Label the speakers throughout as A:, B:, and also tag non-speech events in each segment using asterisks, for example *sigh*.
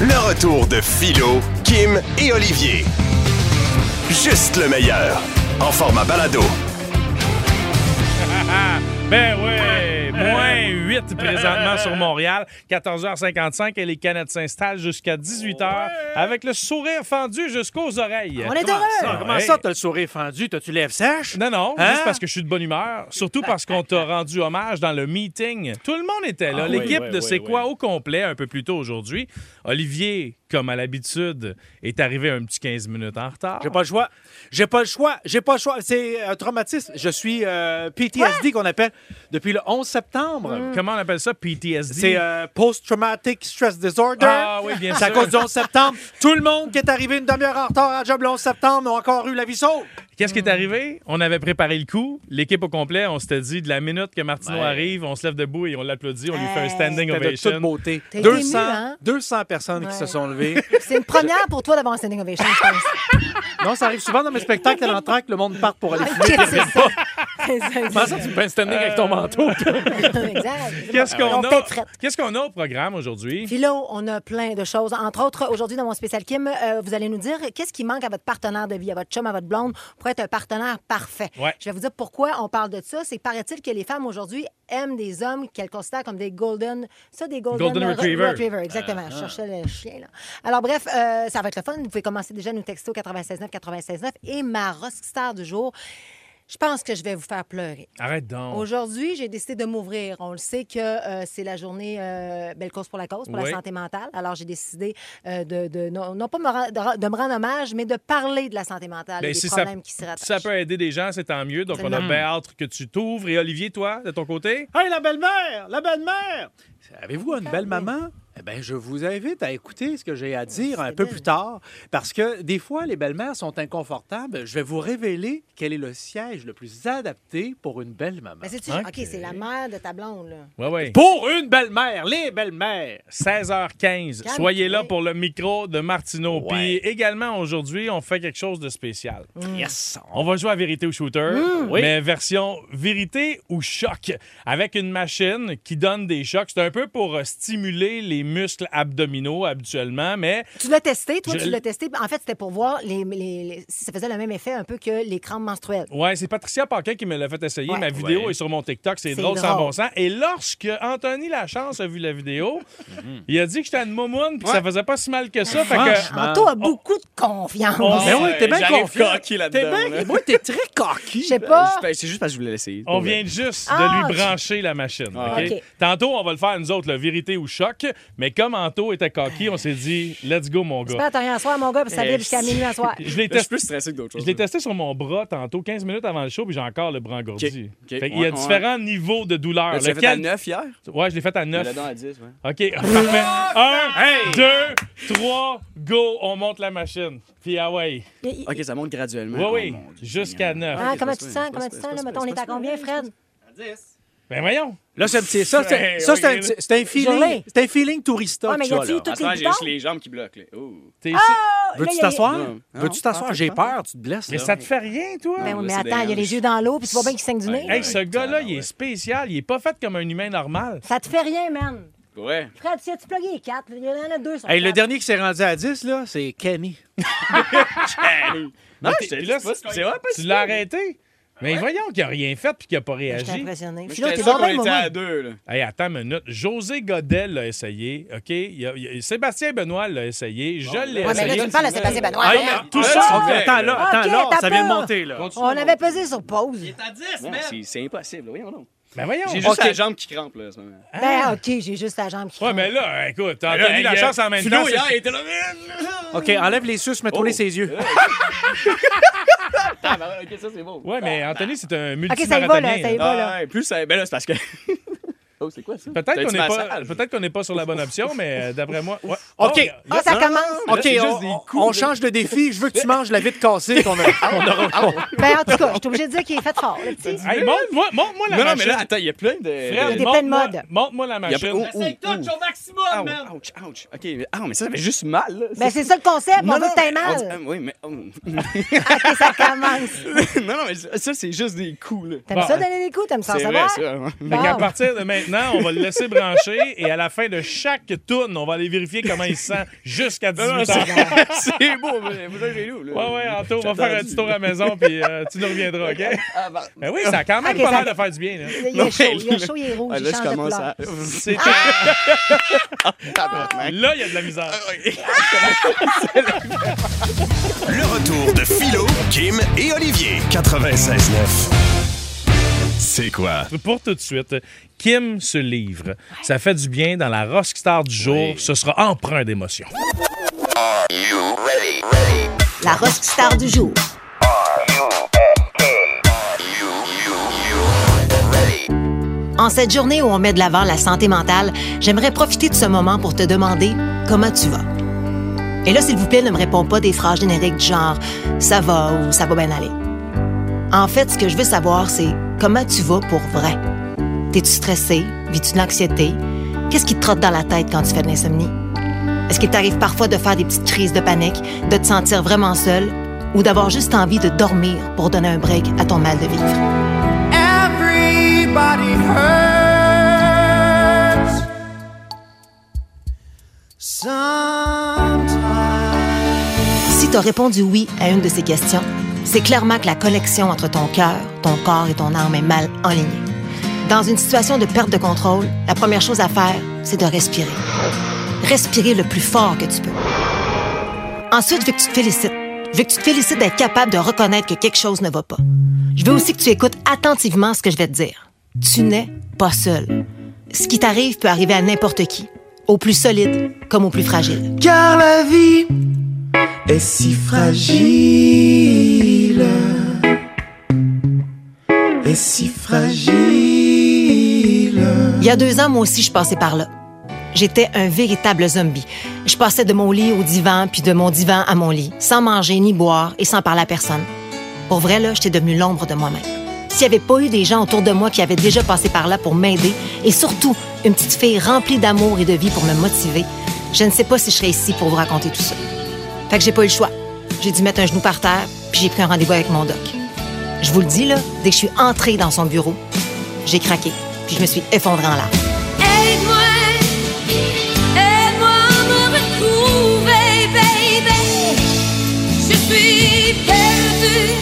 A: Le retour de Philo, Kim et Olivier. Juste le meilleur. En format balado.
B: Ben oui, moins 8 présentement sur Montréal, 14h55 et les canettes s'installent jusqu'à 18h avec le sourire fendu jusqu'aux oreilles.
C: On est
D: Ah,
C: heureux!
D: Comment
B: Ouais.
D: ça, t'as le sourire fendu? T'as-tu lèvres sèches?
B: Non, non,
D: Hein?
B: juste parce que je suis de bonne humeur. Surtout parce qu'on t'a rendu hommage dans le meeting. Tout le monde était là.
D: Ah oui,
B: L'équipe
D: oui,
B: de
D: oui,
B: C'est
D: oui.
B: quoi au complet un peu plus tôt aujourd'hui. Olivier, comme à l'habitude, est arrivé un petit 15 minutes en retard.
D: J'ai pas le choix. J'ai pas le choix. J'ai pas le choix. C'est un traumatisme. Je suis euh, PTSD qu'on appelle depuis le 11 septembre.
C: Mm.
B: Comment on appelle ça? PTSD?
D: C'est euh, Post-Traumatic Stress Disorder.
B: Ah oui, bien
D: C'est à
B: sûr.
D: cause du 11 septembre. Tout le monde qui est arrivé une demi-heure en retard à job le 11 septembre a encore eu la vie sauve.
B: Qu'est-ce
C: Hmm.
B: qui est arrivé? On avait préparé le coup. L'équipe au complet, on s'était dit de la minute que Martineau
D: Ouais.
B: arrive, on se lève debout et on l'applaudit. On lui fait un
C: Hey.
B: standing
D: C'était de toute
B: ovation.
D: beauté.
C: T'as été
D: 200,
C: ému, hein?
D: 200 personnes
C: Ouais.
D: qui se sont levées.
C: C'est une première pour toi d'avoir un standing ovation,
B: *laughs*
C: je pense.
D: non, ça arrive souvent dans mes spectacles à l'entrée que le monde part
C: *laughs*
D: pour aller
C: Qu'est-ce
D: fumer.
C: que c'est ça? *laughs* C'est
D: Comment
C: ça,
D: ça, tu
E: Ben standing avec ton
D: *laughs*
E: manteau.
C: exact.
B: Qu'est-ce qu'on
C: Ils ont
B: a?
C: peut-être fait.
B: Qu'est-ce qu'on a au programme aujourd'hui?
C: Puis là, on a plein de choses. Entre autres, aujourd'hui, dans mon spécial Kim, euh, vous allez nous dire qu'est-ce qui manque à votre partenaire de vie, à votre chum, à votre blonde, pour être un partenaire parfait.
B: Ouais.
C: Je vais vous dire pourquoi on parle de ça. C'est paraît-il que les femmes aujourd'hui aiment des hommes qu'elles considèrent comme des golden... Ça, des golden,
B: Golden
C: re-
B: retriever. Ah,
C: exactement. Je cherchais le chien, là. Alors bref, euh, ça va être le fun. Vous pouvez commencer déjà à nous texter au 96.9, 96.9. Et ma rockstar du jour... Je pense que je vais vous faire pleurer.
B: Arrête donc.
C: Aujourd'hui, j'ai décidé de m'ouvrir. On le sait que euh, c'est la journée euh, Belle cause pour la cause, pour
B: Oui.
C: la santé mentale. Alors, j'ai décidé euh, de, de- non, non pas me ra- de, ra- de me rendre hommage, mais de parler de la santé mentale
B: Ben,
C: et des
B: si ça-
C: problèmes qui s'y rattachent.
B: Ça peut aider des gens, c'est tant mieux. Donc, on a
C: Absolument.
B: bien hâte que tu t'ouvres. Et Olivier, toi, de ton côté?
D: Hey, la belle-mère! La belle-mère! Avez-vous une belle maman? Eh bien, je vous invite à écouter ce que j'ai à dire un peu
C: belle.
D: plus tard, parce que des fois, les belles-mères sont inconfortables. Je vais vous révéler quel est le siège le plus adapté pour une belle-maman.
C: Ben, c'est-tu-
B: Ah. Ok.
C: OK, c'est la mère de ta blonde, là.
B: Oui, oui.
D: Pour une belle-mère! Les belles-mères!
B: 16h15.
C: Calme-toi.
B: Soyez là pour le micro de Martineau.
D: Ouais.
B: Puis également, aujourd'hui, on fait quelque chose de spécial.
C: Mm.
D: Yes!
B: On va jouer à vérité ou shooter,
D: Oui.
B: mais version vérité ou choc, avec une machine qui donne des chocs. C'est un peu pour euh, stimuler les muscles abdominaux habituellement, mais
C: Tu l'as testé, toi,
B: Je-
C: tu l'as testé. En fait, c'était pour voir les, les- les- si ça faisait le même effet un peu que les crampes menstruelles.
B: Ouais, c'est Patricia Paquin qui me l'a fait essayer.
C: Ouais.
B: Ma vidéo
D: Ouais.
B: est sur mon TikTok, c'est
C: C'est
B: drôle, sans
C: drôle.
B: bon sens. Et lorsque Anthony Lachance a vu la vidéo, il a dit que j'étais une moumoune puis que ça faisait pas si mal que ça. Fait que
E: Ah,
D: Franchement.
C: Anto a beaucoup de confiance.
B: On-
D: Ben oui, t'es bien
E: J'arrive
D: confiant.
E: cocky là-dedans,
D: T'es bien-
E: là.
D: Moi, t'es très cocky.
C: Je sais pas.
E: Ben, C'est juste parce que je voulais l'essayer.
B: on vient juste
C: Ah,
B: de lui brancher la machine.
E: Ah.
B: OK?
C: OK.
B: Tantôt, on va le faire, nous autres, le vérité ou choc. Mais comme Anto était coquille, on s'est dit, let's go, mon
C: J'espère
B: gars.
C: que t'as rien à soir, mon gars, parce que ça
E: Eh,
C: vibre jusqu'à minuit à soir.
B: Je l'ai
E: Là, je suis
B: testé.
E: plus stressé que d'autres choses.
B: Je l'ai testé sur mon bras tantôt, 15 minutes avant le show, puis j'ai encore le bras engourdi.
E: OK, OK,
B: Fait qu'il y a
E: ouais,
B: différents niveaux de douleur.
E: Là, Tu l'as fait à
B: Lequel-
E: 9 hier?
B: Ouais, je l'ai fait à
E: Mais
B: 9.
E: là-dedans Ah, à 10, ouais.
B: OK, *laughs* parfait. Un, deux, trois, go, on monte la machine. Puis ah ouais.
C: Il- il-
E: OK, ça monte graduellement.
B: Oui,
E: Oh,
B: oui,
E: mon Dieu
B: jusqu'à
E: Seigneur.
B: neuf.
C: Ah,
E: Ok,
C: comment
E: c'est
C: tu
E: pas
C: te
E: ça,
C: sens?
E: c'est
C: Comment tu
E: pas
C: te
E: ça,
C: sens, là?
E: c'est pas
C: Mettons, on
E: ça,
C: est à
E: c'est pas
C: combien,
E: ça.
C: Fred?
B: Ben voyons.
D: Là, c'est un petit- ça, c'est ça, c'est un, petit- c'est un feeling.
C: Gelé.
D: C'est un feeling tourista.
C: Ben Ouais, mais
D: que
C: y
D: tu as,
C: a-tu
D: là.
C: toutes
E: À ce
C: les
E: moment, j'ai juste
C: boutons?
E: les jambes qui bloquent. là. Ouh.
B: T'es-
D: Veux-tu
C: Là, y a-
D: t'asseoir?
E: Non.
D: Veux-tu t'asseoir? J'ai peur, tu te blesses.
B: Mais
D: là.
B: ça te fait rien, toi?
C: Ben oui,
E: là,
C: mais
E: c'est
C: attends, il y a
E: dérange.
C: les yeux dans l'eau, puis tu vois bien qu'il saigne du nez.
B: Hey, ce gars-là, il est
E: ouais.
B: spécial. Il est pas fait comme un humain normal.
C: Ça te fait rien, man.
E: Ouais.
C: Fred, si tu plugué les quatre, il y en a deux sur
D: Hey, le
C: quatre.
D: dernier qui s'est rendu à 10, là, c'est *laughs* Camille.
E: Non, je
B: Puis
E: te
B: là,
E: laisse pas
B: tu- tu l'as arrêté. Mais voyons qu'il a rien fait puis qu'il a pas
C: Je suis
B: réagi.
C: Ben, impressionné. Puis
E: Je
C: là,
E: t'ai
C: t'es
E: dit
C: dans
E: qu'on
C: le
E: était
C: moment.
E: à deux, là.
B: Hey, attends une minute. José Godel l'a essayé, OK? Il y a- il y a- Sébastien Benoît l'a essayé. Je l'ai
C: Ouais, mais là,
B: essayé.
C: tu me parles à Sébastien Benoît.
D: Hey,
C: voyons.
B: tout
D: là,
B: ça,
D: tu-
B: on fait,
D: Attends, là,
C: là.
D: attends,
C: Ok,
D: là, ça
C: t'as
D: vient de
C: peur.
D: monter, là.
C: On avait pesé sur pause.
E: Non, c'est- C'est impossible. Voyons donc.
B: Ben voyons.
E: J'ai juste
D: Ok.
E: la jambe qui crampe, là, à ce moment.
C: Ben, OK, j'ai juste la jambe qui
B: Ouais,
C: crampe.
B: mais là, écoute, t'as entendu la chance en même temps.
E: Philo,
B: c'est-
E: hier, il était là. man.
D: OK, enlève les suces, mets les ses yeux.
E: Ah, ben, OK, ça, c'est beau.
B: Ouais, mais Anthony, c'est un
C: Ah. OK, ça y va, là,
B: multimarathonien.
C: ça y va, là.
E: Ah, ouais, plus ça. Ben là, c'est
B: *laughs*
E: parce que. oh, c'est quoi ça?
B: Peut-être qu'on
E: T'as-tu
B: n'est pas,
E: massage?
B: peut-être qu'on n'est pas sur la bonne option, mais euh, d'après moi.
E: *laughs*
B: ouais. Oh,
D: OK.
B: y a-
C: Ah, ça commence.
B: là,
D: OK,
B: c'est juste des
D: on, on change de défi. Je veux que tu manges la vite cassée *laughs* qu'on a. Ah, on a-
C: Ben, en tout cas, je suis obligée de dire qu'il est fait fort, le
E: Ben,
C: petit.
B: Hey, montre-moi, montre-moi la
E: Non, non, mais
B: machine.
E: là, attends, il y a plein de.
B: Fred,
C: Il y a des
B: montre-moi-
C: pleines modes.
B: Montre-moi la
E: Il y a Oh.
B: machine.
E: plein maximum, Ouch, ouch. OK, mais, ah, mais ça, ça fait juste mal, là.
C: Ben, c'est ça le concept. On
E: Non,
C: veut
E: non,
C: que t'aies
E: on dit- ah,
C: mal.
E: oui, mais. oh. *laughs* non,
C: OK, ça commence.
E: non, mais ça, ça, c'est juste des coups, là.
C: T'aimes
B: Bon.
C: ça donner des coups? T'aimes ça en
E: C'est vrai,
C: savoir?
E: ça. *laughs* hein.
B: Fait qu'à
C: Wow.
B: partir de maintenant, on va le laisser brancher et à la fin de chaque tourne, on va aller vérifier comment il se sent
E: *laughs*
B: jusqu'à 18
E: Non, non,
B: h
E: C'est beau, mais vous avez nous. là.
B: Ouais, ouais, Anto, on va
E: J'attends
B: faire un
E: du-
B: petit tour à la maison, puis euh, tu nous reviendras, OK?
E: Ah, bah.
B: Ben oui, ça a quand même
C: Ok,
B: pas
C: ça-
B: l'air de faire du bien, là.
C: Il
E: Non,
C: est chaud,
E: mais
C: il est
E: là-
C: chaud, il est rouge,
E: Ah,
C: il
E: Là, je
C: change de
E: commence
C: couleur.
E: à. *laughs* Ah,
B: C'est-
E: Tabarnak.
B: Là, il y a de la misère.
A: Le retour de Philo, Kim et Olivier. 96.9. C'est quoi?
B: Pour tout de suite, Kim se livre. Ça fait du bien dans la rockstar du jour. Ce sera empreint d'émotion.
C: La rock star du jour. En cette journée où on met de l'avant la santé mentale, j'aimerais profiter de ce moment pour te demander comment tu vas. Et là, s'il vous plaît, ne me réponds pas des phrases génériques du genre ça va ou ça va bien aller. En fait, ce que je veux savoir, c'est comment tu vas pour vrai. T'es-tu stressé? Vis-tu de l'anxiété? Qu'est-ce qui te trotte dans la tête quand tu fais de l'insomnie? Est-ce qu'il t'arrive parfois de faire des petites crises de panique, de te sentir vraiment seul ou d'avoir juste envie de dormir pour donner un break à ton mal de vivre?
F: Everybody hurts sometimes.
C: Si t'as répondu oui à une de ces questions, c'est clairement que la connexion entre ton cœur, ton corps et ton âme est mal enlignée. Dans une situation de perte de contrôle, la première chose à faire, c'est de respirer. Respirer le plus fort que tu peux. Ensuite, je veux que tu te félicites. Je veux que tu te félicites d'être capable de reconnaître que quelque chose ne va pas. Je veux aussi que tu écoutes attentivement ce que je vais te dire. Tu n'es pas seul. Ce qui t'arrive peut arriver à n'importe qui, au plus solide comme au plus fragile.
F: Car la vie est si fragile. Est si fragile.
C: Il y a deux ans, moi aussi, je passais par là. J'étais un véritable zombie. Je passais de mon lit au divan, puis de mon divan à mon lit, sans manger ni boire et sans parler à personne. Pour vrai, là, j'étais devenue l'ombre de moi-même. S'il n'y avait pas eu des gens autour de moi qui avaient déjà passé par là pour m'aider, et surtout une petite fille remplie d'amour et de vie pour me motiver, je ne sais pas si je serais ici pour vous raconter tout ça. Fait que j'ai pas eu le choix. J'ai dû mettre un genou par terre, puis j'ai pris un rendez-vous avec mon doc. Je vous le dis, là, dès que je suis entrée dans son bureau, j'ai craqué, puis je me suis effondrée en larmes.
G: Aide-moi, aide-moi à me retrouver, baby. Je suis perdue.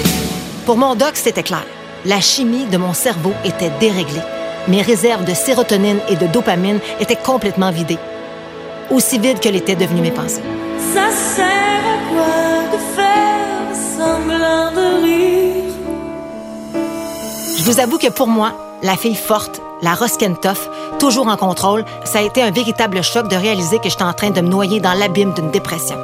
C: Pour mon doc, c'était clair. La chimie de mon cerveau était déréglée. Mes réserves de sérotonine et de dopamine étaient complètement vidées. Aussi vides que l'étaient devenues mes pensées.
G: Ça sert à quoi de faire semblant de rire?
C: Je vous avoue que pour moi, la fille forte, la Roskentoff, toujours en contrôle, ça a été un véritable choc de réaliser que j'étais en train de me noyer dans l'abîme d'une dépression.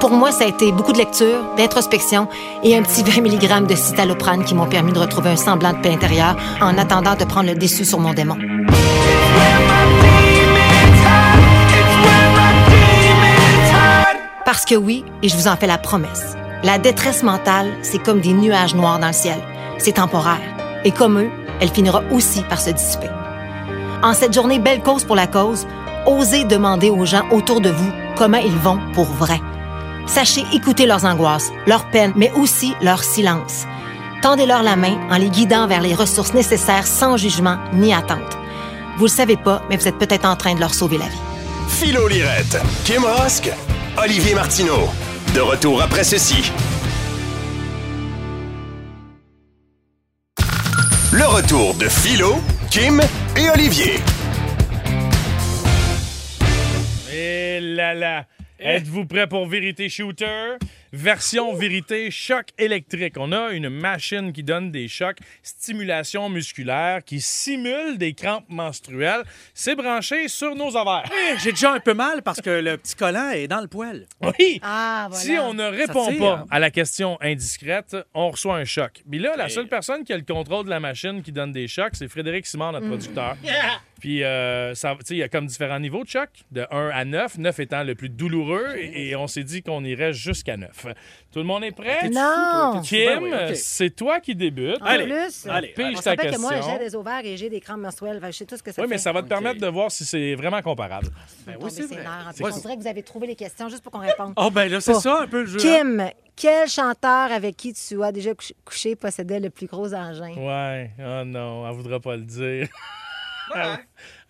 C: Pour moi, ça a été beaucoup de lecture, d'introspection et un petit 20 mg de citalopram qui m'ont permis de retrouver un semblant de paix intérieure en attendant de prendre le déçu sur mon démon. Parce que oui, et je vous en fais la promesse, la détresse mentale, c'est comme des nuages noirs dans le ciel. C'est temporaire. Et comme eux, elle finira aussi par se dissiper. En cette journée Belle Cause pour la Cause, osez demander aux gens autour de vous comment ils vont pour vrai. Sachez écouter leurs angoisses, leurs peines, mais aussi leur silence. Tendez-leur la main en les guidant vers les ressources nécessaires sans jugement ni attente. Vous le savez pas, mais vous êtes peut-être en train de leur sauver la vie.
A: Philo Lirette, Kim Rosk, Olivier Martineau. De retour après ceci. Le retour de Philo, Kim et Olivier.
B: Et Eh là là! Êtes-vous prêts pour Vérité Shooter? Version Vérité Choc électrique. On a une machine qui donne des chocs, stimulation musculaire, qui simule des crampes menstruelles. C'est branché sur nos ovaires.
D: J'ai déjà un peu mal parce que le petit collant est dans le poêle.
B: Oui!
C: Ah,
B: Si on ne répond
D: tire,
B: pas
D: hein.
B: à la question indiscrète, on reçoit un choc. Puis là, la seule personne qui a le contrôle de la machine qui donne des chocs, c'est Frédéric Simard, notre producteur. Puis, euh, ça- tu sais, il y a comme différents niveaux de choc, de 1 à 9, 9 étant le plus douloureux, et, et on s'est dit qu'on irait jusqu'à 9. Tout le monde est prêt?
C: Non!
B: Kim,
D: Ouais, ouais, ok.
B: c'est toi qui débute.
C: En
B: Allez.
C: plus,
D: allez,
B: pige
C: on
B: ta
C: s'appelle que moi,
B: question.
C: j'ai des ovaires et j'ai des crampes menstruelles. Fait que Je sais tout ce que ça
B: Oui,
C: fait.
B: mais ça va te permettre de voir si c'est vraiment comparable.
D: Ben
C: Tomber
D: oui, c'est
C: ses
D: vrai.
C: nerfs. En plus,
D: Ouais,
C: on
D: c'est-
C: dirait que vous avez trouvé les questions
B: *laughs*
C: juste pour qu'on réponde.
D: Oh, ben là, c'est
C: Bon.
D: ça un peu le jeu. hein.
C: Kim, quel chanteur avec qui tu as déjà couché- couché possédait le plus gros engin?
B: Ah, Ouais, oh non, *laughs* elle voudra pas le dire. Elle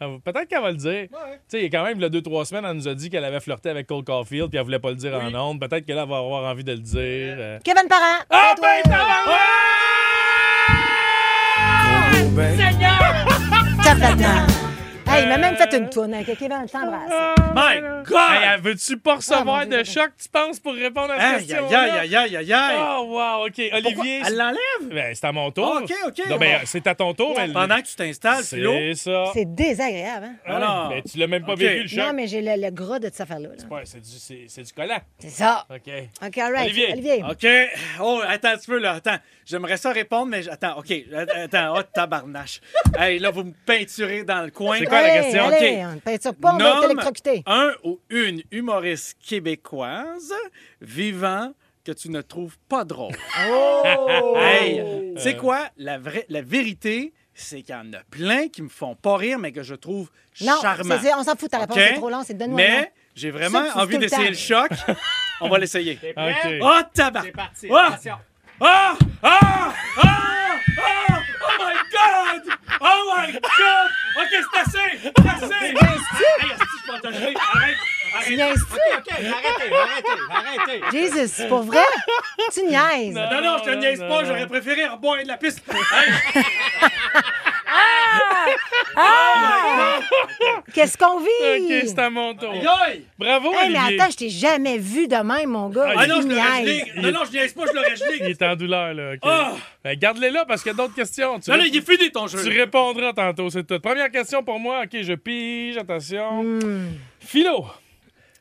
B: va- Peut-être qu'elle va le dire. Tu sais, il y a quand même, il y a deux, trois semaines, elle nous a dit qu'elle avait flirté avec Cole Caulfield puis elle voulait pas le dire en ondes. Peut-être qu'elle va avoir envie de le dire. euh.
C: Kevin Parent!
B: Ah,
C: c'est toi.
B: ben, tabarnak!
C: Tape là-dedans. Hey, il m'a même fait une tourne avec Kevin, je
B: Ah.
C: t'embrasse.
D: My
B: Hey,
D: God!
B: elle veux-tu pas recevoir
C: Ah, mon Dieu.
B: de choc, tu penses, pour répondre à cette
D: Aïe, aïe,
B: question?
D: aïe, aïe, aïe, aïe!
B: Oh, wow, OK. Olivier,
D: Elle l'enlève?
B: ben, c'est à mon tour.
D: OK, OK,
B: Non, ben,
D: bon.
B: c'est à ton tour. elle-
D: Pendant que tu t'installes, Philo.
B: C'est ça.
C: C'est désagréable, hein?
B: Ah,
D: Alors.
B: ben, tu l'as même pas
D: OK.
B: vécu, le choc.
C: Non, mais j'ai le, le gras de cette affaire-là. là.
B: Ouais, c'est du, c'est- c'est du collant.
C: C'est ça.
B: OK.
C: OK, all right.
B: Olivier. Ah,
D: OK. Oh, attends un petit peu, là. Attends. J'aimerais ça répondre, mais j- attends. OK. Attends. Oh, tabarnache. hey, là, vous me peinturez dans le coin.
B: C'est quoi la
C: Hey,
B: question?
C: Allez,
D: OK.
C: on ne peinture pas, on va être
D: Nomme
C: électrocuté.
D: Un ou une humoriste québécoise vivant que tu ne trouves pas drôle. Oh! *laughs* hey,
B: Euh.
D: tu sais quoi? La, vraie, la vérité, c'est qu'il y en a plein qui me font pas rire, mais que je trouve
C: Non,
D: charmant.
C: c'est- c'est- on s'en fout, ta réponse
D: OK?
C: est trop longue, c'est donne-nous un nom.
D: Mais j'ai vraiment
C: Ça, tu dis
D: envie
C: tout le
D: d'essayer
C: temps.
D: le choc. On va l'essayer.
B: OK.
D: Oh, tabac! C'est parti, Ah! Ah! Ah! Ah! Oh my God! Oh my God! OK, c'est assez! C'est assez! Hey, hostie, je peux en toucher. Arrête!
C: Tu
D: Arrête!
C: niaises-tu?
D: Arrêtez! Arrêtez! Arrêtez!
C: Jesus, c'est pour vrai? Tu niaises.
D: Non, non, je te
B: Non,
D: niaise
B: non,
D: pas,
B: non.
D: j'aurais préféré reboire de la piste. Hey,
C: Qu'est-ce qu'on vit?
B: OK, c'est à mon tour.
D: yoï!
B: Bravo,
C: Hey, mais
B: Olivier.
C: attends, je t'ai jamais vu de même, mon gars.
B: Ah,
D: Ah non,
C: Tu
D: je l'aurais
C: niaises.
D: gelé. Non, non, je niaise pas, je l'aurais
B: Il
D: gelé.
B: est en douleur, là. OK.
D: Ah!
B: Ben, garde-les là parce qu'il y a d'autres questions. Tu,
D: Non,
B: ré-
D: non, il est fini ton
B: tu
D: jeu.
B: répondras tantôt, c'est tout. Première question pour moi. OK, je pige, attention.
C: Hmm.
B: Philo,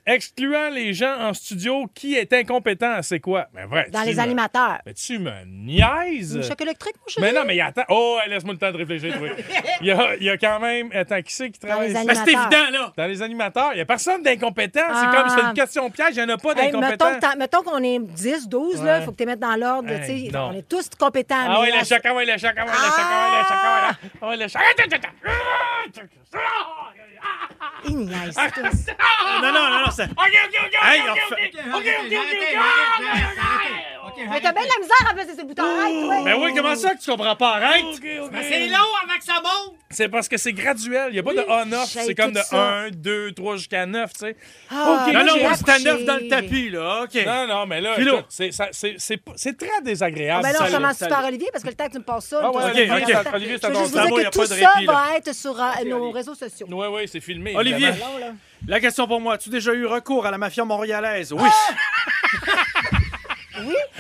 B: excluant les gens en studio, qui est incompétent, c'est quoi? Ben, vrai.
C: Dans
B: tu
C: les
B: me-
C: animateurs.
B: Mais tu me niaises?
C: Une choc électrique, mon chéri?
B: Euh. Mais non, mais attends. Oh, hey, laisse-moi le temps de réfléchir, toi. Il y a, il y a quand même. Attends, qui c'est qui
C: Dans
B: travaille
C: les
B: ici?
D: Ben, c'est
C: animateurs.
D: évident, là.
B: Dans les animateurs, il n'y a personne d'incompétent.
C: Ah.
B: C'est comme c'est une question piège, il n'y en a pas
C: Hey, mettons
B: d'incompétent.
C: que t'en- mettons qu'on est 10, 12, là,
B: Ouais.
C: faut que tu les mettes dans l'ordre.
B: Hey,
C: tu sais.
B: non.
C: on est tous compétents.
B: ah
C: mais
B: oui,
C: la-
B: le choc, ah oui, le choc, ah oui, le choc, ah oui, le choc, ah oui, le choc.
C: Ils
B: *laughs*
C: niaisent tous.
D: Non, non, non, non, ça. Hey, on fait-
C: Mais t'as bien de la misère à placer ces boutons. Arrête, toi.
D: Ben oui, comment ça que tu comprends pas? Arrête!
C: Ben,
B: C'est long avant que ça monte! C'est parce que c'est graduel. Il n'y a pas de on-off.
C: j'ai
B: C'est comme
C: tout
B: de
C: ça.
B: 1, 2, 3 jusqu'à 9, tu sais.
C: Ah,
B: OK,
D: Non,
C: moi,
D: non,
C: j'ai
D: moi, c'est à neuf
C: accouché.
D: dans le tapis, là. OK.
B: Non, non, mais là,
D: Philo.
B: écoute, c'est- ça- c'est- c'est pas- c'est très désagréable.
C: Ben là,
B: ça,
C: on
B: là.
C: commence
D: salut.
C: par Olivier, parce que le temps que tu me passes ça...
B: Ah
C: on
B: ouais,
C: va
B: Olivier,
C: faire
B: ok,
C: un temps.
B: Olivier,
C: Je
B: c'est
C: veux
B: ton
C: juste vous
B: cerveau,
D: il
C: dire
D: y
C: que
D: a
C: tout
D: pas de
C: ça
D: répit, là.
C: va être sur euh, nos réseaux sociaux.
B: Oui, oui, c'est filmé.
D: Olivier,
B: évidemment.
D: la question pour moi. As-tu déjà eu recours à la mafia montréalaise? Oui.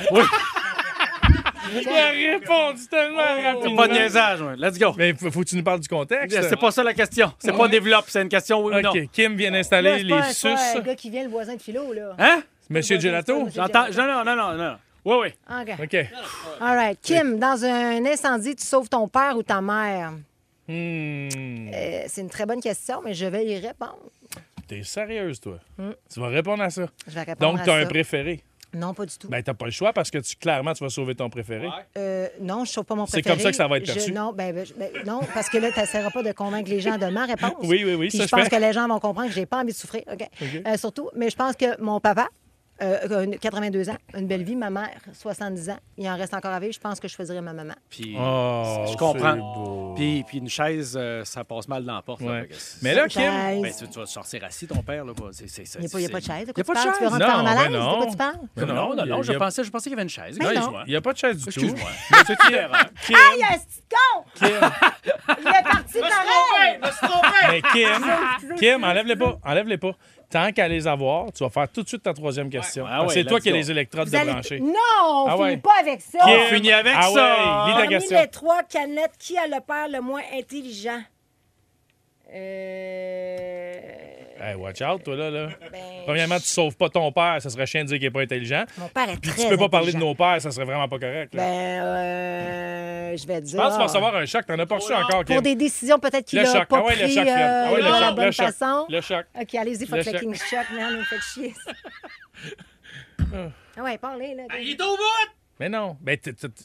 C: Ah,
B: Il a Oh, répondu tellement rapidement.
D: Pas de niaisage, ouais. Let's go.
B: Mais faut, faut que tu nous parles du contexte.
D: C'est pas ça la question. C'est pas développe, c'est une question oui ou non.
B: OK, Kim vient
C: Là,
B: d'installer
C: c'est pas
B: les
C: un- c'est
B: sus.
C: pas un gars qui vient, le voisin de Philo, là.
D: Hein?
B: Monsieur
C: C'est pas-
B: Gelato?
C: c'est pas-
D: J'entends. Non, non, non, non, non. Oui, oui.
C: OK.
B: OK.
C: All right. Kim, dans un incendie, tu sauves ton père ou ta mère?
B: Hmm,
C: Euh, c'est une très bonne question, mais je vais y répondre.
B: T'es sérieuse, toi? Tu vas répondre à ça.
C: Je vais répondre
B: Donc,
C: à
B: t'as un
C: ça.
B: préféré.
C: Non, pas du tout.
B: Ben, t'as pas le choix parce que tu, clairement, tu vas sauver ton préféré.
C: Euh, non, je ne pas mon
B: C'est
C: préféré.
B: comme ça que ça va être
C: Je-
B: perçu.
C: non, ben, ben, je- ben, non, parce que là, tu n'essaieras pas de convaincre les gens de ma réponse.
B: Oui, oui, oui,
C: Puis
B: ça,
C: je
B: je
C: pense
B: fais.
C: que les gens vont comprendre que j'ai pas envie de souffrir. OK? Euh, surtout, mais je pense que mon papa, euh, euh, 82 ans, une belle vie, ma mère, 70 ans, il en reste encore à vivre. Je pense que je choisirais ma maman.
D: Puis,
B: Oh,
D: je
B: c'est
D: comprends.
B: beau.
D: Puis, puis une chaise, euh, ça passe mal dans la porte. là,
B: Ouais.
D: fait que c'est-
B: Mais là, Ah, Kim.
C: Chaise.
D: Ben, tu, tu vas sortir assis, ton père. là. bah, c'est- c'est- c'est-
C: Il n'y a, pas- il y a pas de
D: c'est-
C: chaise.
D: Il
C: De
D: y
C: quoi
D: a
C: tu
D: pas de
C: parles? Tu veux
D: chaise.
C: rendre faire en
B: Non, ben
C: malaise?
B: non.
C: De quoi tu parles?
B: Ben
D: Non, non,
B: il y a-
D: non, je
B: il y a-
D: pensais, je pensais qu'il y avait une chaise.
C: Mais Ben non.
D: Excuse-moi.
B: Il n'y a pas de chaise du tout.
D: Excuse-moi. *laughs*
B: C'est une erreur. Kim,
C: Hey, un petit con! Il est parti pareil!
B: mais Kim, Kim, enlève-les pas. Enlève-les pas. Tant qu'à les avoir, tu vas faire tout de suite ta troisième question.
D: Ouais, ah
B: Parce que
D: ouais,
B: c'est toi
D: let's
B: qui as
D: go.
B: les électrodes
C: Vous allez-
B: débranchées.
C: Non, on
B: Ah ouais.
C: finit pas avec ça!
B: Kim,
D: On finit avec
B: ah
D: ça.
B: Ouais, lis ta
C: Parmi
B: question.
C: les trois canettes, qui a le père le moins intelligent? Euh...
B: Hey, watch out, toi, là. là.
C: Ben,
B: Premièrement, tu sauves pas ton père, ça serait chien de dire qu'il est pas intelligent.
C: Mon père est
B: Puis
C: très
B: tu peux pas parler de
C: intelligent.
B: nos pères, ça serait vraiment pas correct. là.
C: Ben, euh, je vais dire...
B: Je pense que tu vas
C: ah,
B: recevoir un choc, t'en as pas reçu encore, Kim.
C: Pour des décisions peut-être qu'il
B: Le
C: a
B: choc,
C: pas
B: ah ouais,
C: pris
B: le choc, Kim. Ah
C: euh,
B: ouais, le
C: de la
B: choc,
C: bonne
B: le choc,
C: façon.
B: le choc.
C: OK,
B: Le
C: allez-y, fuck-fucking choc, man, vous me faites
B: *laughs*
C: chier. Ah ouais, parlez, là.
B: Mais non, ben, t- t- t-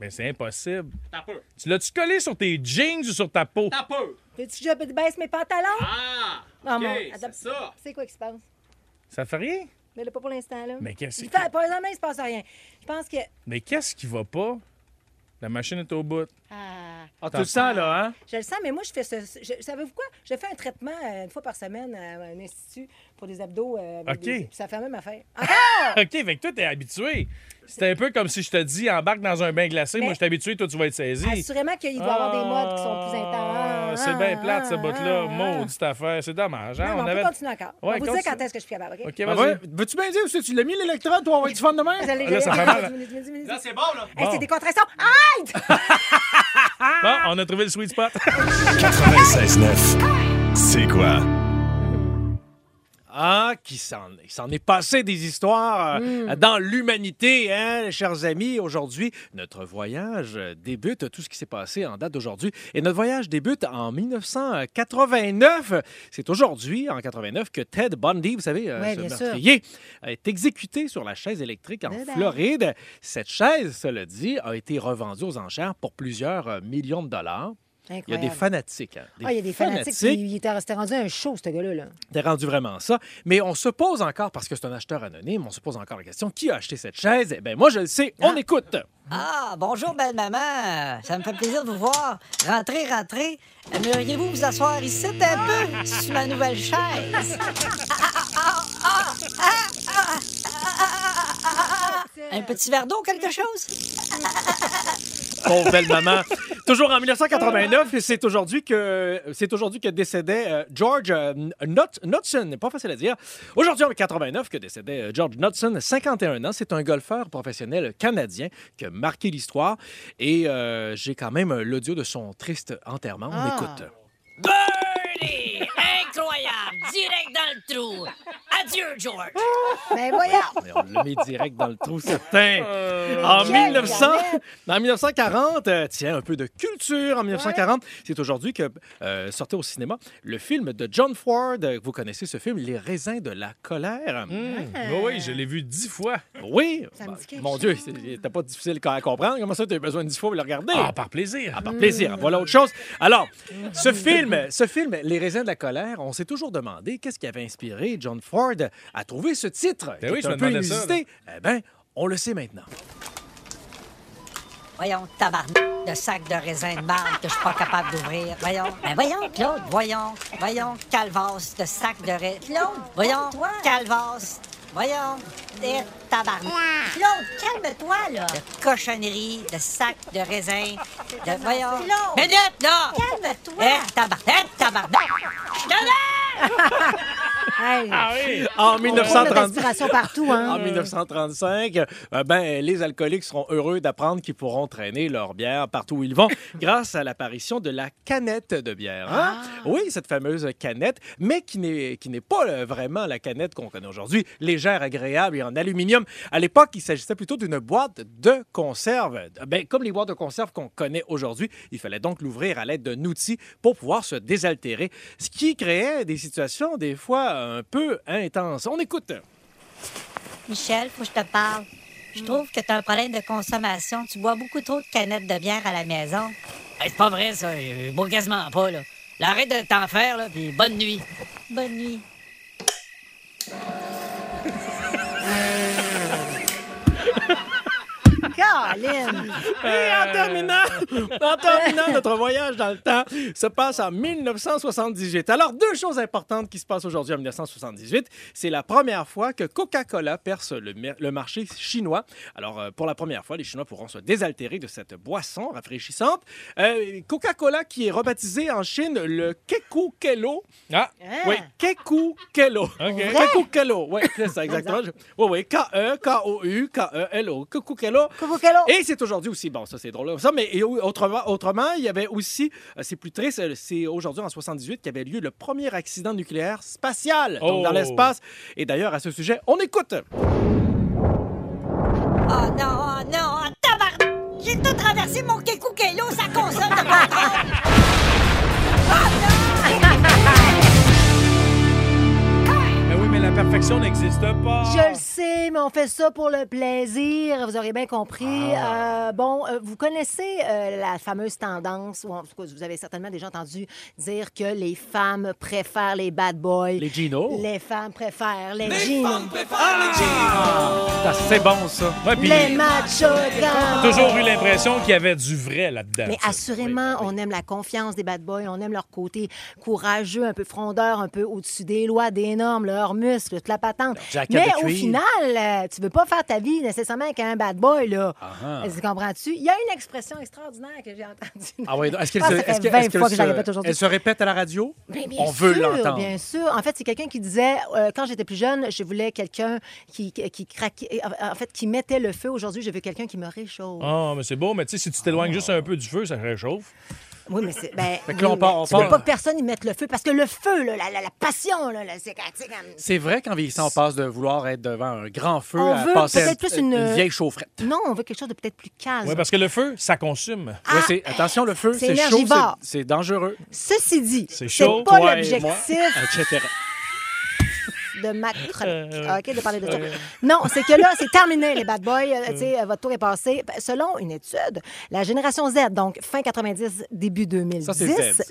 B: ben, c'est impossible. Tu l'as-tu collé sur tes jeans ou sur ta peau?
C: Veux-tu que je baisse mes pantalons? Ah! c'est ça! C'est quoi qui se passe?
B: Ça fait rien.
C: Mais là, pas pour l'instant, là.
B: Mais qu'est-ce
C: Il
B: qui,
C: fait- Pour l'instant, il se passe rien. Je pense que...
B: mais qu'est-ce qui va pas? La machine est au bout.
C: Ah.
H: faire.
D: Ah, tout le temps, là, hein?
H: Je le sens, mais moi, je fais ce. je- Savez-vous quoi? Je fais un traitement euh, une fois par semaine à un institut pour des abdos. euh, avec
B: OK.
H: des- Ça fait la même affaire. Ah,
B: OK, fait que toi, t'es habitué. C'est un peu comme si je te dis, embarque dans un bain glacé.
H: Mais-
B: Moi, je suis habitué, toi, tu vas être saisi.
H: Assurément qu'il doit y avoir des modes qui sont plus
B: Ah,
H: intenses.
B: C'est bien plate, ce bout-là.
H: mode.
B: Maudite affaire. C'est dommage. Hein?
H: Non, ah. mais on,
B: avait-
H: peut continuer encore.
B: Ouais,
H: on vous dit
B: continue.
H: quand est-ce que je suis capable, OK?
B: OK,
D: Ben,
B: vas-y.
D: ouais, Veux-tu bien dire aussi, tu l'as mis l'électrode, toi, on va être du fun demain?
H: Vous allez
B: Là, ça fait mal.
H: Là,
E: c'est bon, là.
H: c'est des contractions. Arrête! Ah!
B: Bon, on a trouvé le
H: *laughs*
B: sweet spot.
A: 96.9. C'est quoi?
D: Ah, qui s'en il s'en est passé des histoires
H: Hmm.
D: euh, dans l'humanité, hein, chers amis. Aujourd'hui, notre voyage euh, débute, tout ce qui s'est passé en date d'aujourd'hui. Et notre voyage débute en 1989. C'est aujourd'hui, en 89, que Ted Bundy, vous savez, euh,
H: Ouais,
D: ce
H: bien sûr.
D: meurtrier, est exécuté sur la chaise électrique en
H: Dedans.
D: Floride. Cette chaise, cela dit, a été revendue aux enchères pour plusieurs euh, millions de dollars. Il y a des
H: Incroyable.
D: fanatiques. hein,
H: Ah, il y a des fanatiques. puis Il était c'était rendu un show, ce gars-là. là.
D: T'es rendu vraiment ça. Mais on se pose encore, parce que c'est un acheteur anonyme, on se pose encore la question qui a acheté cette chaise Eh bien, moi, je le sais, on écoute.
I: Ah, bonjour, belle maman. Ça me fait plaisir de vous voir. Rentrez, rentrez. Aimeriez-vous vous asseoir ici un peu sur ma nouvelle chaise? Un petit verre d'eau, quelque chose?
D: Pauvre belle maman. Toujours en 1989, et c'est aujourd'hui que c'est aujourd'hui que décédait euh, George euh, Knut- Knudsen. Pas facile à dire. Aujourd'hui en 89 que décédait euh, George Knudsen, 51 ans. C'est un golfeur professionnel canadien qui a marqué l'histoire. Et euh, j'ai quand même l'audio de son triste enterrement. On
H: Ah.
D: écoute.
I: Birdie! Incroyable! Direct dans le trou! Adieu, George!
H: Ben voyons!
D: Mais on l'a mis direct dans le trou, certain. En,
H: Quelle
D: 1900,
H: galette!
D: en 1940, euh, tiens, un peu de culture en 1940. C'est aujourd'hui que euh, sortait au cinéma le film de John Ford. Euh, Vous connaissez ce film, Les raisins de la colère.
B: Hmm. Oui, oui, je l'ai vu dix fois.
D: Oui.
H: Ça me dit quelque
D: mon Dieu, c'est- c'était pas difficile à comprendre. Comment ça, tu as besoin de 10 fois pour le regarder?
B: Ah, par plaisir.
D: Par plaisir. Voilà autre chose. Alors, ce film, ce film, Les raisins de la colère, on s'est toujours demandé qu'est-ce qui avait inspiré John Ford à trouver ce titre. qui
B: oui,
D: est
B: je
D: un
B: me
D: peu
B: demandais ça,
D: inusité. Eh bien, on le sait maintenant.
I: Voyons, tabarnak de sac de raisin de marde que je suis pas capable d'ouvrir. Voyons. Ben voyons, Claude. Voyons. Voyons, calvas de sac de raisin. Claude. Voyons, calvas. Voyons. Et tabarnak. Claude, calme-toi, là. De cochonnerie, de sac de raisin. De... Voyons.
H: Claude.
I: Minute, là.
H: Calme-toi.
I: Et tabarnak. Et tabarnak. Je te
H: Hey,
B: Ah oui!
D: En
H: On a de
D: 1930.
H: l'inspiration partout, hein?
D: En 1935, euh, ben, les alcooliques seront heureux d'apprendre qu'ils pourront traîner leur bière partout où ils vont grâce à l'apparition de la canette de bière. hein? Oui, cette fameuse canette, mais qui n'est qui n'est pas euh, vraiment la canette qu'on connaît aujourd'hui, légère, agréable et en aluminium. À l'époque, il s'agissait plutôt d'une boîte de conserve. Ben, comme les boîtes de conserve qu'on connaît aujourd'hui, il fallait donc l'ouvrir à l'aide d'un outil pour pouvoir se désaltérer, ce qui créait des situations des fois un peu intenses. On écoute.
I: Michel, faut que je te parle. Je trouve que t'as un problème de consommation. Tu bois beaucoup trop de canettes de bière à la maison. c'est pas vrai, ça. Je bois quasiment pas, là. Là, Arrête de t'en faire, là, puis bonne nuit. Bonne nuit.
H: Caroline!
D: Et en terminant, *laughs* en terminant, notre voyage dans le temps se passe en 1978. Alors, deux choses importantes qui se passent aujourd'hui en 1978. C'est la première fois que Coca-Cola perce le, mer- le marché chinois. Alors, euh, pour la première fois, les Chinois pourront se désaltérer de cette boisson rafraîchissante. Euh, Coca-Cola qui est rebaptisé en Chine le Keku Kelo.
B: Ah,
H: Hein?
D: Oui, Keku Kelo.
B: Vrai?
D: Keku Kelo. Oui, c'est ça, exactement. Oui, oui, K-E-K-O-U-K-E-L-O. Keku Kelo.
H: Coucou, Kello!
D: Et c'est aujourd'hui aussi, bon, ça c'est drôle, hein, ça, mais et au- autrement, autrement, il y avait aussi, euh, c'est plus triste, euh, c'est aujourd'hui en 78 qu'il y avait lieu le premier accident nucléaire spatial donc
B: Oh.
D: dans l'espace. Et d'ailleurs, à ce sujet, on écoute.
I: Oh non, oh non, oh tabarnak! J'ai tout traversé mon kékoukélo, sa console de contrôle! *laughs*
B: ben oui, mais la perfection n'existe pas.
C: Je le sais, mais on fait ça pour le plaisir. Vous aurez bien compris. Euh, bon, euh, vous connaissez euh, la fameuse tendance, ou en tout cas, vous avez certainement déjà entendu dire que les femmes préfèrent les bad boys.
D: Les Gino.
C: Les femmes préfèrent les, jeans,
D: Ah, C'est bon, ça.
B: Ouais, puis
C: les machos grands.
B: toujours eu l'impression qu'il y avait du vrai là-dedans.
C: Mais
B: tu sais.
C: assurément, on aime la confiance des bad boys, on aime leur côté courageux, un peu frondeur, un peu au-dessus des lois, des normes, leurs muscles, toute la patente.
D: jacket
C: Mais
D: de
C: au
D: cuir.
C: final, euh, tu veux pas faire ta vie nécessairement avec un bad boy, là. Tu comprends-tu? Il y a une expression extraordinaire que j'ai entendue. *laughs*
D: Ah oui, est-ce qu'elle
C: Ah,
D: se,
C: ça fait
D: est-ce que-
C: 20
D: est-ce qu'elle
C: fois que je la
D: se-
C: répète aujourd'hui.
D: elle se répète à la radio?
C: Ben, bien
D: On veut
C: sûr,
D: l'entendre.
C: Bien sûr. En fait, c'est quelqu'un qui disait euh, quand j'étais plus jeune, je voulais quelqu'un qui, qui craquait, en fait, qui mettait le feu. Aujourd'hui, je veux quelqu'un qui me réchauffe.
B: Ah, mais c'est beau, mais tu sais, si tu t'éloignes juste un peu du feu, ça réchauffe.
C: Oui, mais c'est. Ben,
D: Fait que là, on
C: oui,
D: part-
C: mais
D: on
C: tu veux
D: part-
C: pas que personne y mette le feu parce que le feu, là, la, la- la passion, là, là, c'est quand- tu sais, comme-
D: C'est vrai qu'en vieillissant, on passe de vouloir être devant un grand feu
C: On
D: à
C: veut
D: passer à
C: peut-être plus une-
D: vieille chaufferette.
C: Non, on veut quelque chose de peut-être plus calme.
D: ben,
B: Oui, parce que le feu, ça consume.
C: Ah,
D: Ouais, c'est- attention, le feu,
C: c'est
D: c'est chaud,
C: énergivore.
D: c'est- c'est dangereux,
C: Ceci dit,
B: C'est
C: c'est
B: chaud,
C: pas
D: toi et
C: l'objectif
D: etc.
C: de ma chronique.
B: Euh,
C: Ah, OK, de parler de ça. Non, c'est que là, c'est terminé, les bad boys. Euh, tu sais, euh, votre tour est passé. Ben, Selon une étude, la génération Z, donc fin 90, début 2010,
D: Ça, c'est Z, ça.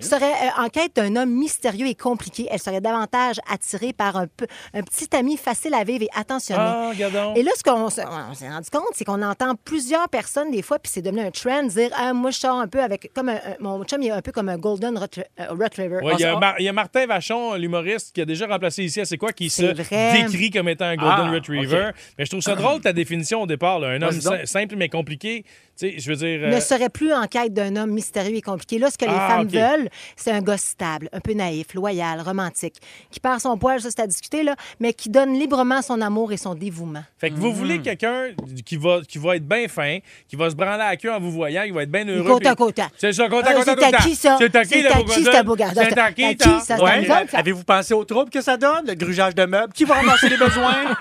C: serait euh, en quête d'un homme mystérieux et compliqué. Elle serait davantage attirée par un, peu- un petit ami facile à vivre et attentionné.
B: Ah, regardons.
C: Et là, ce qu'on se- on s'est rendu compte, c'est qu'on entend plusieurs personnes, des fois, puis c'est devenu un trend, dire ah, Moi, je sors un peu avec. comme un- un- Mon chum, il est un peu comme un Golden Rotri- euh, Retriever.
B: Ouais, Il y, a
C: Ah,
B: Mar- il y a Martin Vachon, l'humoriste, qui a déjà remplacé ici à C'est quoi, qui se
C: C'est vrai.
B: décrit comme étant un Golden
D: Ah,
B: Retriever. Mais je trouve ça drôle, ta définition au départ, là. un homme
D: dis donc.
B: sim- simple mais compliqué. Tu sais, je veux dire. euh,
C: ne serait plus en quête d'un homme mystérieux et compliqué. Là, ce que les
B: Ah,
C: femmes
B: ok.
C: veulent, c'est un gars stable, un peu naïf, loyal, romantique, qui perd son poil, ça c'est à discuter, là, mais qui donne librement son amour et son dévouement.
B: Fait que vous
C: Mhm.
B: voulez quelqu'un qui va, qui va être bien fin, qui va se branler à la queue en vous voyant, qui va être bien heureux.
C: compte
B: puis-
C: à côté.
B: C'est ça, compte à
C: Euh,
B: côté,
C: c'est
B: compte
C: à qui, ça?
B: C'est à qui,
C: C'est
B: la
C: à qui,
B: Bougadotte?
C: c'est à Bougadotte?
B: C'est à qui,
C: À qui,
B: ta-
C: ça, c'est
B: Ouais.
C: nous autres, ça.
D: Avez-vous pensé aux troubles que ça donne, le grugeage de meubles? Qui va ramasser les besoins?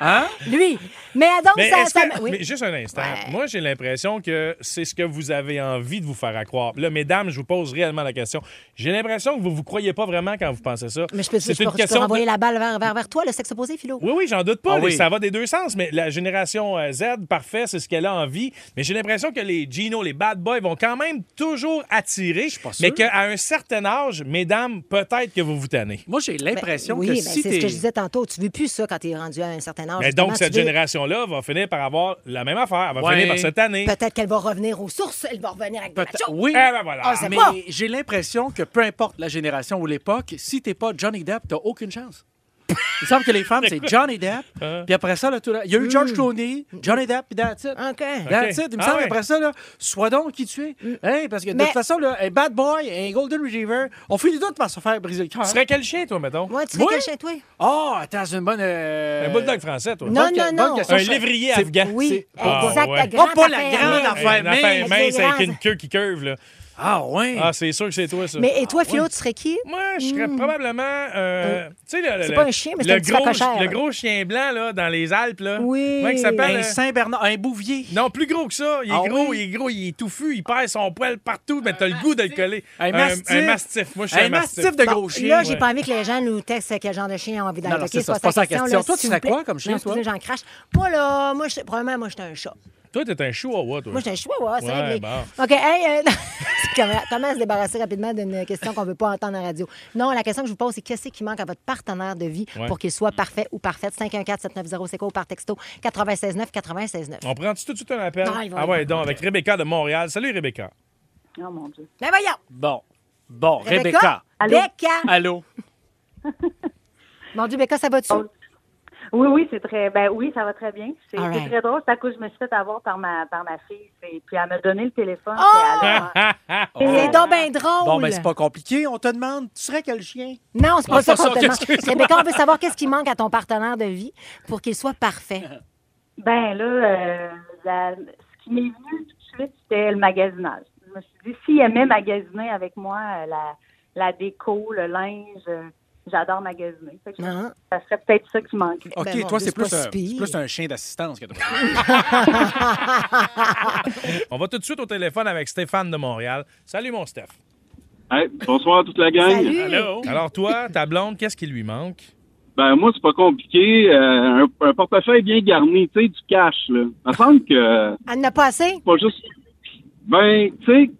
D: Hein?
C: Lui! Mais donc,
B: Mais,
C: ça.
B: est-ce
C: ça-
B: que-
C: oui.
B: mais juste un instant.
C: Ouais.
B: Moi, j'ai l'impression que c'est ce que vous avez envie de vous faire accroire. Là, mesdames, je vous pose réellement la question. J'ai l'impression que vous vous croyez pas vraiment quand vous pensez ça.
C: Mais je peux, je
B: C'est
C: peux-
B: une
C: je peux
B: question de-
C: renvoyer la balle vers, vers, vers toi, le sexe opposé, Philo.
B: Oui, oui, j'en doute pas.
D: Ah
B: les-
D: oui.
B: Ça va des deux sens. Mais la génération euh, Z, parfait, c'est ce qu'elle a envie. Mais j'ai l'impression que les Gino, les bad boys vont quand même toujours attirer.
D: suis pas sûr.
B: mais qu'à un certain âge, mesdames, peut-être que vous vous tannez.
D: *laughs* Moi, j'ai l'impression
C: Ben, oui,
D: que
C: mais
D: si
C: c'est ce que
D: t'es...
C: je disais tantôt. Tu veux plus ça quand t'es rendu à un certain âge.
B: Mais donc,
C: justement,
B: cette
C: tu veux-
B: génération-là va finir par avoir la même affaire. Elle va
D: Ouais.
B: finir par se tanner.
C: Peut-être qu'elle va revenir aux sources, elle va revenir avec des
D: Peut-
C: machos.
D: Oui,
B: Eh ben voilà.
C: Ah, c'est
D: mais
C: pas-
D: j'ai l'impression que peu importe la génération ou l'époque, si t'es pas Johnny Depp, t'as aucune chance. Il semble que les femmes, c'est Johnny Depp, puis après ça, là, tout le- il y a eu George Clooney, Johnny Depp, puis that's it.
C: OK.
D: That's it. Il me
B: Ah
D: semble
B: ouais.
D: après ça, là, sois donc qui tu es. Hein, parce que de
C: Mais-
D: toute façon, là, un bad boy, un golden retriever, on finit tout par se faire briser le cœur.
B: Tu serais quel chien, toi, mettons?
C: Moi, tu fais
D: Oui.
C: quel chien, toi?
D: Oh, attends, c'est une bonne. euh,
B: Un bulldog français, toi.
C: Non,
D: bonne que-
C: non,
D: bonne
C: non.
D: question.
B: Un
D: Je-
B: lévrier
D: c'est-
B: afghan.
C: Oui,
B: Ah,
C: exact.
B: ouais.
C: La
D: Oh,
C: grande
D: pas la
C: affaire,
D: grande
C: là.
B: Hey,
D: affaire,
B: une affaire
D: mince.
B: mince avec
C: grande.
B: une queue qui curve, là.
D: Ah, ouais.
B: Ah, c'est sûr que c'est toi, ça.
C: Mais et toi, Philo, tu serais qui?
B: Moi, je serais probablement. euh, tu sais, le, le-
C: Hmm. c'est
B: le-
C: pas un chien, mais c'est
B: le
C: un petit
B: gros,
C: cochère,
B: le
C: là.
B: gros chien blanc, là, dans les Alpes, là.
C: Oui. Ben,
B: Comment il s'appelle?
D: un
B: euh?
D: Saint-Bernard, un Bouvier.
B: Non, plus gros que ça. Il est
D: Ah
B: gros,
D: oui?
B: il est gros, il est touffu, il perd son poil partout, mais t'as le goût de le coller.
D: Un mastif.
B: Un, mastif. Moi, je suis un,
D: Un mastif de
C: Bon,
D: gros chien.
C: Là, j'ai
B: ouais.
C: pas envie que les gens nous textent quel genre de chien on a envie
D: Non,
C: d'aller.
D: non,
C: OK,
D: c'est ça,
C: pas
D: c'est pas ça la question.
C: là,
D: Toi, tu
C: s'il
D: serais
C: vous plaît.
D: quoi comme chien,
C: Non, excusez,
D: toi?
C: j'en crache. Moi, là, moi, je, probablement, moi, j'étais un chat.
B: Toi, t'es un chihuahua, toi.
C: Moi, j'étais un chihuahua, c'est
B: Ouais,
C: réglé.
B: bon.
C: OK, hey, euh, *laughs* comment, comment se débarrasser rapidement d'une question qu'on veut pas entendre en radio? Non, la question que je vous pose, c'est qu'est-ce qui manque à votre partenaire de vie
B: Ouais.
C: pour qu'il soit parfait ou parfaite? 514-790, c'est quoi? Ou par texto 96 969
B: On prend tout de suite un appel.
C: Non, il va-
B: ah ouais, donc avec Rebecca de Montréal. Salut Rebecca.
I: Oh,
C: Mais Ben voyons!
D: Bon. Bon,
C: Rebecca!
D: Rebecca.
C: Rebecca!
D: Allô?
C: Mon Dieu, Becca, ça va-tu?
I: Oui, oui, c'est très. Ben oui, ça va très bien. C'est
C: All
I: c'est
C: right.
I: très drôle. C'est à cause que je me suis fait avoir par ma, par ma fille. Et puis elle m'a donné le téléphone.
C: Oh!
I: puis elle a-
C: C'est donc bien drôle!
B: Oh,
D: Bon, ben, c'est pas compliqué. On te demande, tu serais quel chien?
B: Ben,
C: Non, c'est pas ça
B: pas ça,
C: qu'on te demande.
B: excuse-moi.
C: Rebecca, on veut savoir qu'est-ce qui manque à ton partenaire de vie pour qu'il soit parfait.
I: Ben là, euh, la- ce qui m'est venu tout de suite, c'était le magasinage. Je me suis dit, s'il aimait magasiner avec moi, euh, la, la déco, le linge, euh, j'adore magasiner. Fait que je-
B: Ah.
C: Hein?
I: Ça serait peut-être ça qui manquait.
D: OK,
C: Ben, mon
D: toi,
C: Dieu,
D: c'est
C: c'est
D: plus,
C: pas
D: un-
C: si pire.
D: c'est plus un chien d'assistance que toi.
B: *laughs* On va tout de suite au téléphone avec Stéphane de Montréal. Salut mon Steph.
J: Hey, bonsoir à toute la gang.
C: Salut!
B: Alors toi, ta blonde, qu'est-ce qui lui manque?
K: Ben moi, c'est pas compliqué. Euh, un, un portefeuille bien garni, tu sais, du cash, là. Ça semble que
C: Elle n'a pas assez?
K: pas juste. Ben, tu sais,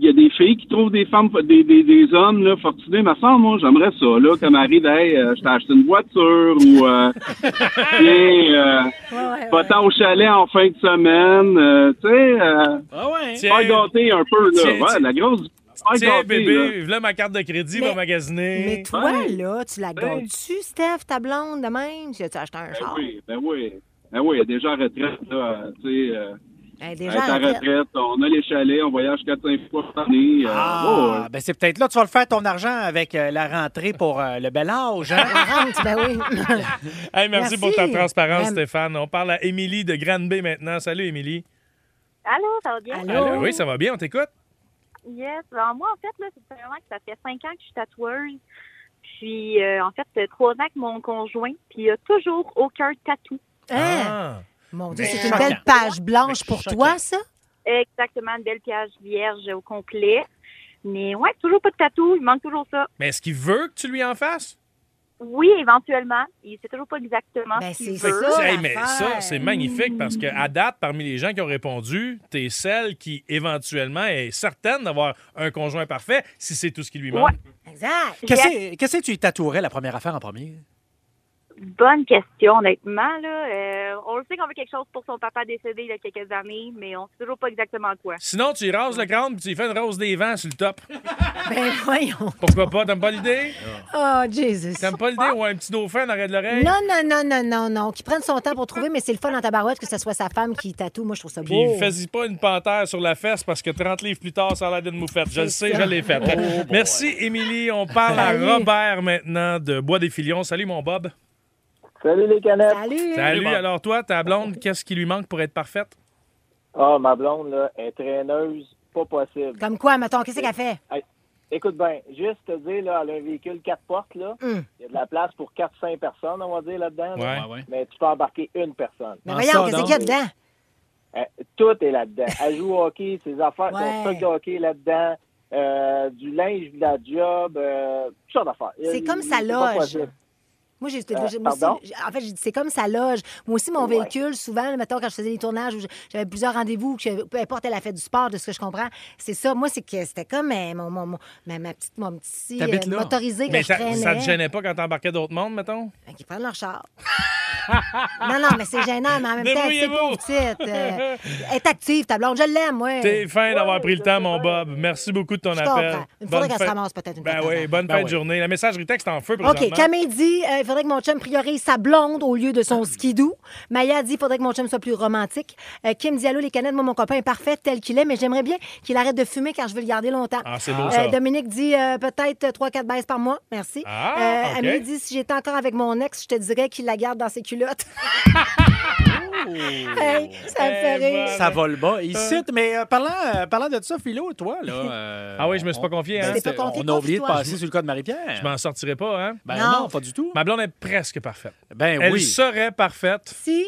K: il y a des filles qui trouvent des femmes, des, des, des hommes là, fortunés. Mais ça, moi, j'aimerais ça, là, comme arrive, hey, euh, je t'ai acheté une voiture ou euh,
B: *laughs*
K: tiens, euh, va-t'en au chalet en fin de semaine. euh, tu sais, euh,
B: hein?
K: faire gâter un peu, là.
B: Tiens,
K: ouais,
B: tiens.
K: la grosse. faire
B: Tiens,
K: gâter, là.
B: bébé, voilà ma carte de crédit, va magasiner.
C: Mais toi, là, tu la gâtes-tu, Steph, ta blonde, de même? Tu as acheté un char?
K: Oui, ben oui. Ben oui, elle est déjà en retraite, là. euh, Tu sais, euh,
C: Hey,
K: elle
C: déjà,
K: est en
C: arrête.
K: retraite. On a les chalets, on voyage 4-5 fois par année. euh,
D: Ah,
K: ouais.
D: ben c'est peut-être là que tu vas le faire ton argent avec euh, la rentrée pour euh, le bel âge. Hein?
B: *laughs*
C: ben oui.
B: Hey, merci,
D: Merci.
B: pour ta transparence,
D: Ben-
B: Stéphane. On parle à Émilie de Grande Bay maintenant. Salut, Émilie.
I: Allô, ça va bien?
B: Allô, Oui, ça va bien, on t'écoute?
I: Yes. Alors, moi, en fait, là, c'est vraiment que ça fait cinq ans que je suis tatoueuse. Puis, euh, en fait, euh, trois ans avec mon conjoint. Puis, il a toujours aucun tatou.
B: Ah.
C: Hein? Mon Dieu,
I: Mais
C: c'est une
I: choquant.
C: belle page blanche pour toi, ça?
I: Exactement, une belle piège vierge au complet. Mais ouais, toujours pas de tatou. Il manque toujours ça.
B: Mais est-ce qu'il veut que tu lui en fasses?
I: Oui, éventuellement. Il sait toujours pas exactement ce qu'il
B: Fait que-
I: veut.
B: Hey, mais ça, c'est magnifique parce que à date, parmi les gens qui ont répondu, t'es celle qui éventuellement est certaine d'avoir un conjoint parfait si c'est tout ce qui lui manque.
C: Exact.
D: Qu'est-ce qu'est-ce que tu y tatouerais la première affaire en premier?
I: Bonne question, honnêtement. Là. Euh, on le sait qu'on veut quelque chose pour son papa décédé il y a quelques années, mais on sait toujours pas exactement quoi.
B: Sinon, tu y rases le crâne puis tu y fais une rose des vents sur le top.
C: Ben voyons.
B: Pourquoi pas? T'aimes pas l'idée?
C: Oh, Jesus.
B: T'aimes pas l'idée ou un petit dauphin en arrière de l'oreille?
C: Non, non, non, non, non, non. Qui prenne son temps pour trouver, mais c'est le fun dans ta barouette que ce soit sa femme qui tatoue. Moi, je trouve ça
B: Puis
C: beau.
B: fais-y pas une panthère sur la fesse parce que 30 livres plus tard, ça a l'air d'une moufette. Je le sais,
C: ça.
B: je l'ai faite.
C: Oh, Ben
B: Merci, Émilie. On parle à
C: Salut.
B: Robert maintenant de Bois des Filions. Salut, mon Bob.
L: Salut les canettes.
C: Salut.
B: Salut. Alors, toi, ta blonde, qu'est-ce qui lui manque pour être parfaite?
L: Ah, ma blonde, là, est traîneuse, pas possible.
C: Comme quoi, mettons, qu'est-ce qu'elle fait?
L: Hey, écoute bien, juste te dire, là, elle a un véhicule quatre portes, là. Il
C: Hum.
L: y a de la place pour 4-5 personnes, on va dire, là-dedans.
B: Ah
L: là.
C: Ouais. Ouais, ouais.
L: Mais tu peux embarquer une personne.
C: Mais voyons, qu'est-ce qu'il y a dedans?
L: Euh, tout est là-dedans. Elle joue au hockey, ses affaires,
C: Ouais.
L: son stock de hockey est là-dedans, euh, du linge, de la job, euh, toutes sortes d'affaires.
C: C'est
L: Il-
C: comme
L: il-
C: sa
L: c'est pas
C: loge.
L: possible.
C: Moi, j'ai
L: Euh,
C: j'ai- moi aussi,
L: pardon?
C: j'ai- en fait, j'ai dit, c'est comme sa loge. Moi aussi, mon
L: Ouais.
C: véhicule, souvent, mettons, quand je faisais les tournages, où je- j'avais plusieurs rendez-vous, que, peu importe, elle a fait du sport, de ce que je comprends. C'est ça. Moi, c'est que c'était comme euh, mon, mon, mon- ma, ma petite, mon petit
B: T'habites là?
C: euh, motorisé que
B: Mais
C: je
B: ça,
C: traînais.
B: ça te gênait pas quand t'embarquais d'autres mondes, mettons?
C: Ben, qu'ils prennent leur char. non, non, mais c'est gênant, mais en même temps, c'est
B: Débrouillez-vous.
C: pauvre petite. euh, elle est active, ta blonde. Je l'aime, moi.
B: T'es fin d'avoir pris le temps, mon Bob. Merci beaucoup de ton
C: Je
B: appel.
C: comprends. Il faudrait qu'elle se
B: fête-
C: ramasse peut-être une
B: Ben
C: fois de temps
B: oui,
C: en
B: bonne
C: temps.
B: fin
C: Ben
B: de
C: oui.
B: journée. La messagerie texte en feu présentement.
C: OK, Camille dit euh, il faudrait que mon chum priorise sa blonde au lieu de son
B: Mm-hmm.
C: skidou. Maya dit il faudrait que mon chum soit plus romantique. Euh, Kim dit allô, les canettes, moi, mon copain est parfait tel qu'il est, mais j'aimerais bien qu'il arrête de fumer car je veux le garder longtemps.
B: Ah, c'est beau, ça.
C: Dominique dit euh, peut-être 3-4 baisses par mois. Merci. Euh,
B: Ah, OK.
C: Amélie dit si j'étais encore avec mon ex, je te dirais qu'il la garde dans ses
B: *laughs*
C: culottes. Hey, ça me
B: Eh,
C: fait rire.
D: Ça vole bas ici. Mais euh, parlant, euh, parlant de ça, Philo, toi, là. euh,
B: Ah oui, je me suis
D: on-
B: pas confié, hein?
D: Ben,
B: Tu t'es pas
D: on-
B: confié,
D: On a oublié de
B: toi.
D: passer sur le cas de Marie-Pierre.
B: Je m'en sortirai pas, hein?
D: Ben non, pas du tout.
B: Ma blonde est presque parfaite.
D: Ben
B: Elle
D: oui.
B: serait parfaite
C: si...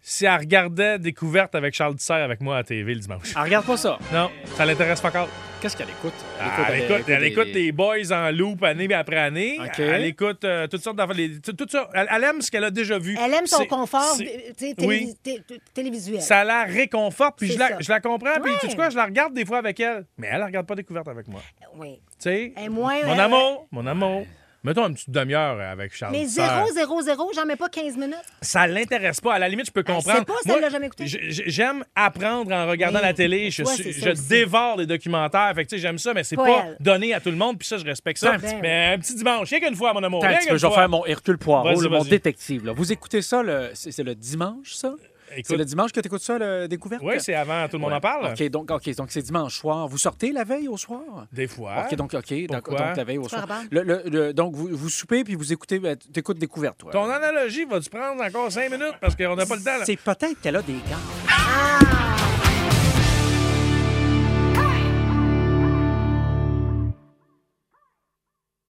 B: si elle regardait Découverte avec Charles Tisser avec moi à TV le dimanche.
D: Elle Ah, regarde pas ça.
B: Non, ça l'intéresse pas encore.
D: Qu'est-ce qu'elle écoute?
B: Ah, Elle écoute, elle écoute des boys en loop année après année.
D: OK.
B: Elle écoute euh, toutes sortes d'affaires. les- tout- tout ça. Elle, elle aime ce qu'elle a déjà vu.
C: Elle aime son
B: C'est-
C: confort
B: c'est-
C: euh, tu sais,
B: Oui.
C: télévis- té- té- télévisuel.
B: Ça la réconforte, puis
C: C'est
B: je la,
C: ça.
B: je la comprends, puis
C: Ouais.
B: tu sais quoi, je la regarde des fois avec elle, mais elle ne regarde pas Découverte avec moi. Tu
C: Oui.
B: sais,
C: Et moins- euh,
B: mon amour, mon amour, mettons une petite demi-heure avec Charles.
C: Mais
B: Serre.
C: 0, 0, 0, j'en mets pas 15 minutes.
B: Ça l'intéresse pas. À la limite, je peux comprendre.
C: sait pas si elle
B: Moi,
C: l'a jamais écouté.
B: j- j- J'aime apprendre en regardant la télé. Je,
C: toi,
B: suis-
C: c'est ça
B: je
C: aussi.
B: dévore les documentaires. Fait que, tu sais, j'aime ça, mais c'est
C: Pas
B: pas
C: elle.
B: donné à tout le monde. Puis ça, je respecte ça.
D: Ben, ben.
B: Mais un petit dimanche, rien qu'une fois, mon amour.
D: Attends un
B: rien
D: petit peu,
B: qu'une
D: je vais
B: fois.
D: faire mon Hercule Poirot,
B: Vas-y,
D: là, mon
B: vas-y.
D: détective. là. Vous écoutez ça, le- c'est c'est le dimanche, ça? C'est le dimanche que tu écoutes ça, le découverte?
B: Oui, c'est avant, tout le monde
D: Ouais.
B: en parle.
D: OK, donc ok, donc c'est dimanche soir. Vous sortez la veille au soir?
B: Des fois.
D: OK, donc, OK, donc,
B: Pourquoi?
D: donc la veille au
B: Tu pars
D: soir.
B: à la
D: Le- le- le- donc, vous, vous soupez puis vous écoutez, ben, t'écoutes découverte, toi.
B: Ton analogie va-tu prendre encore cinq minutes parce qu'on n'a pas le temps. là?
D: C'est peut-être qu'elle a des gants.
C: Ah,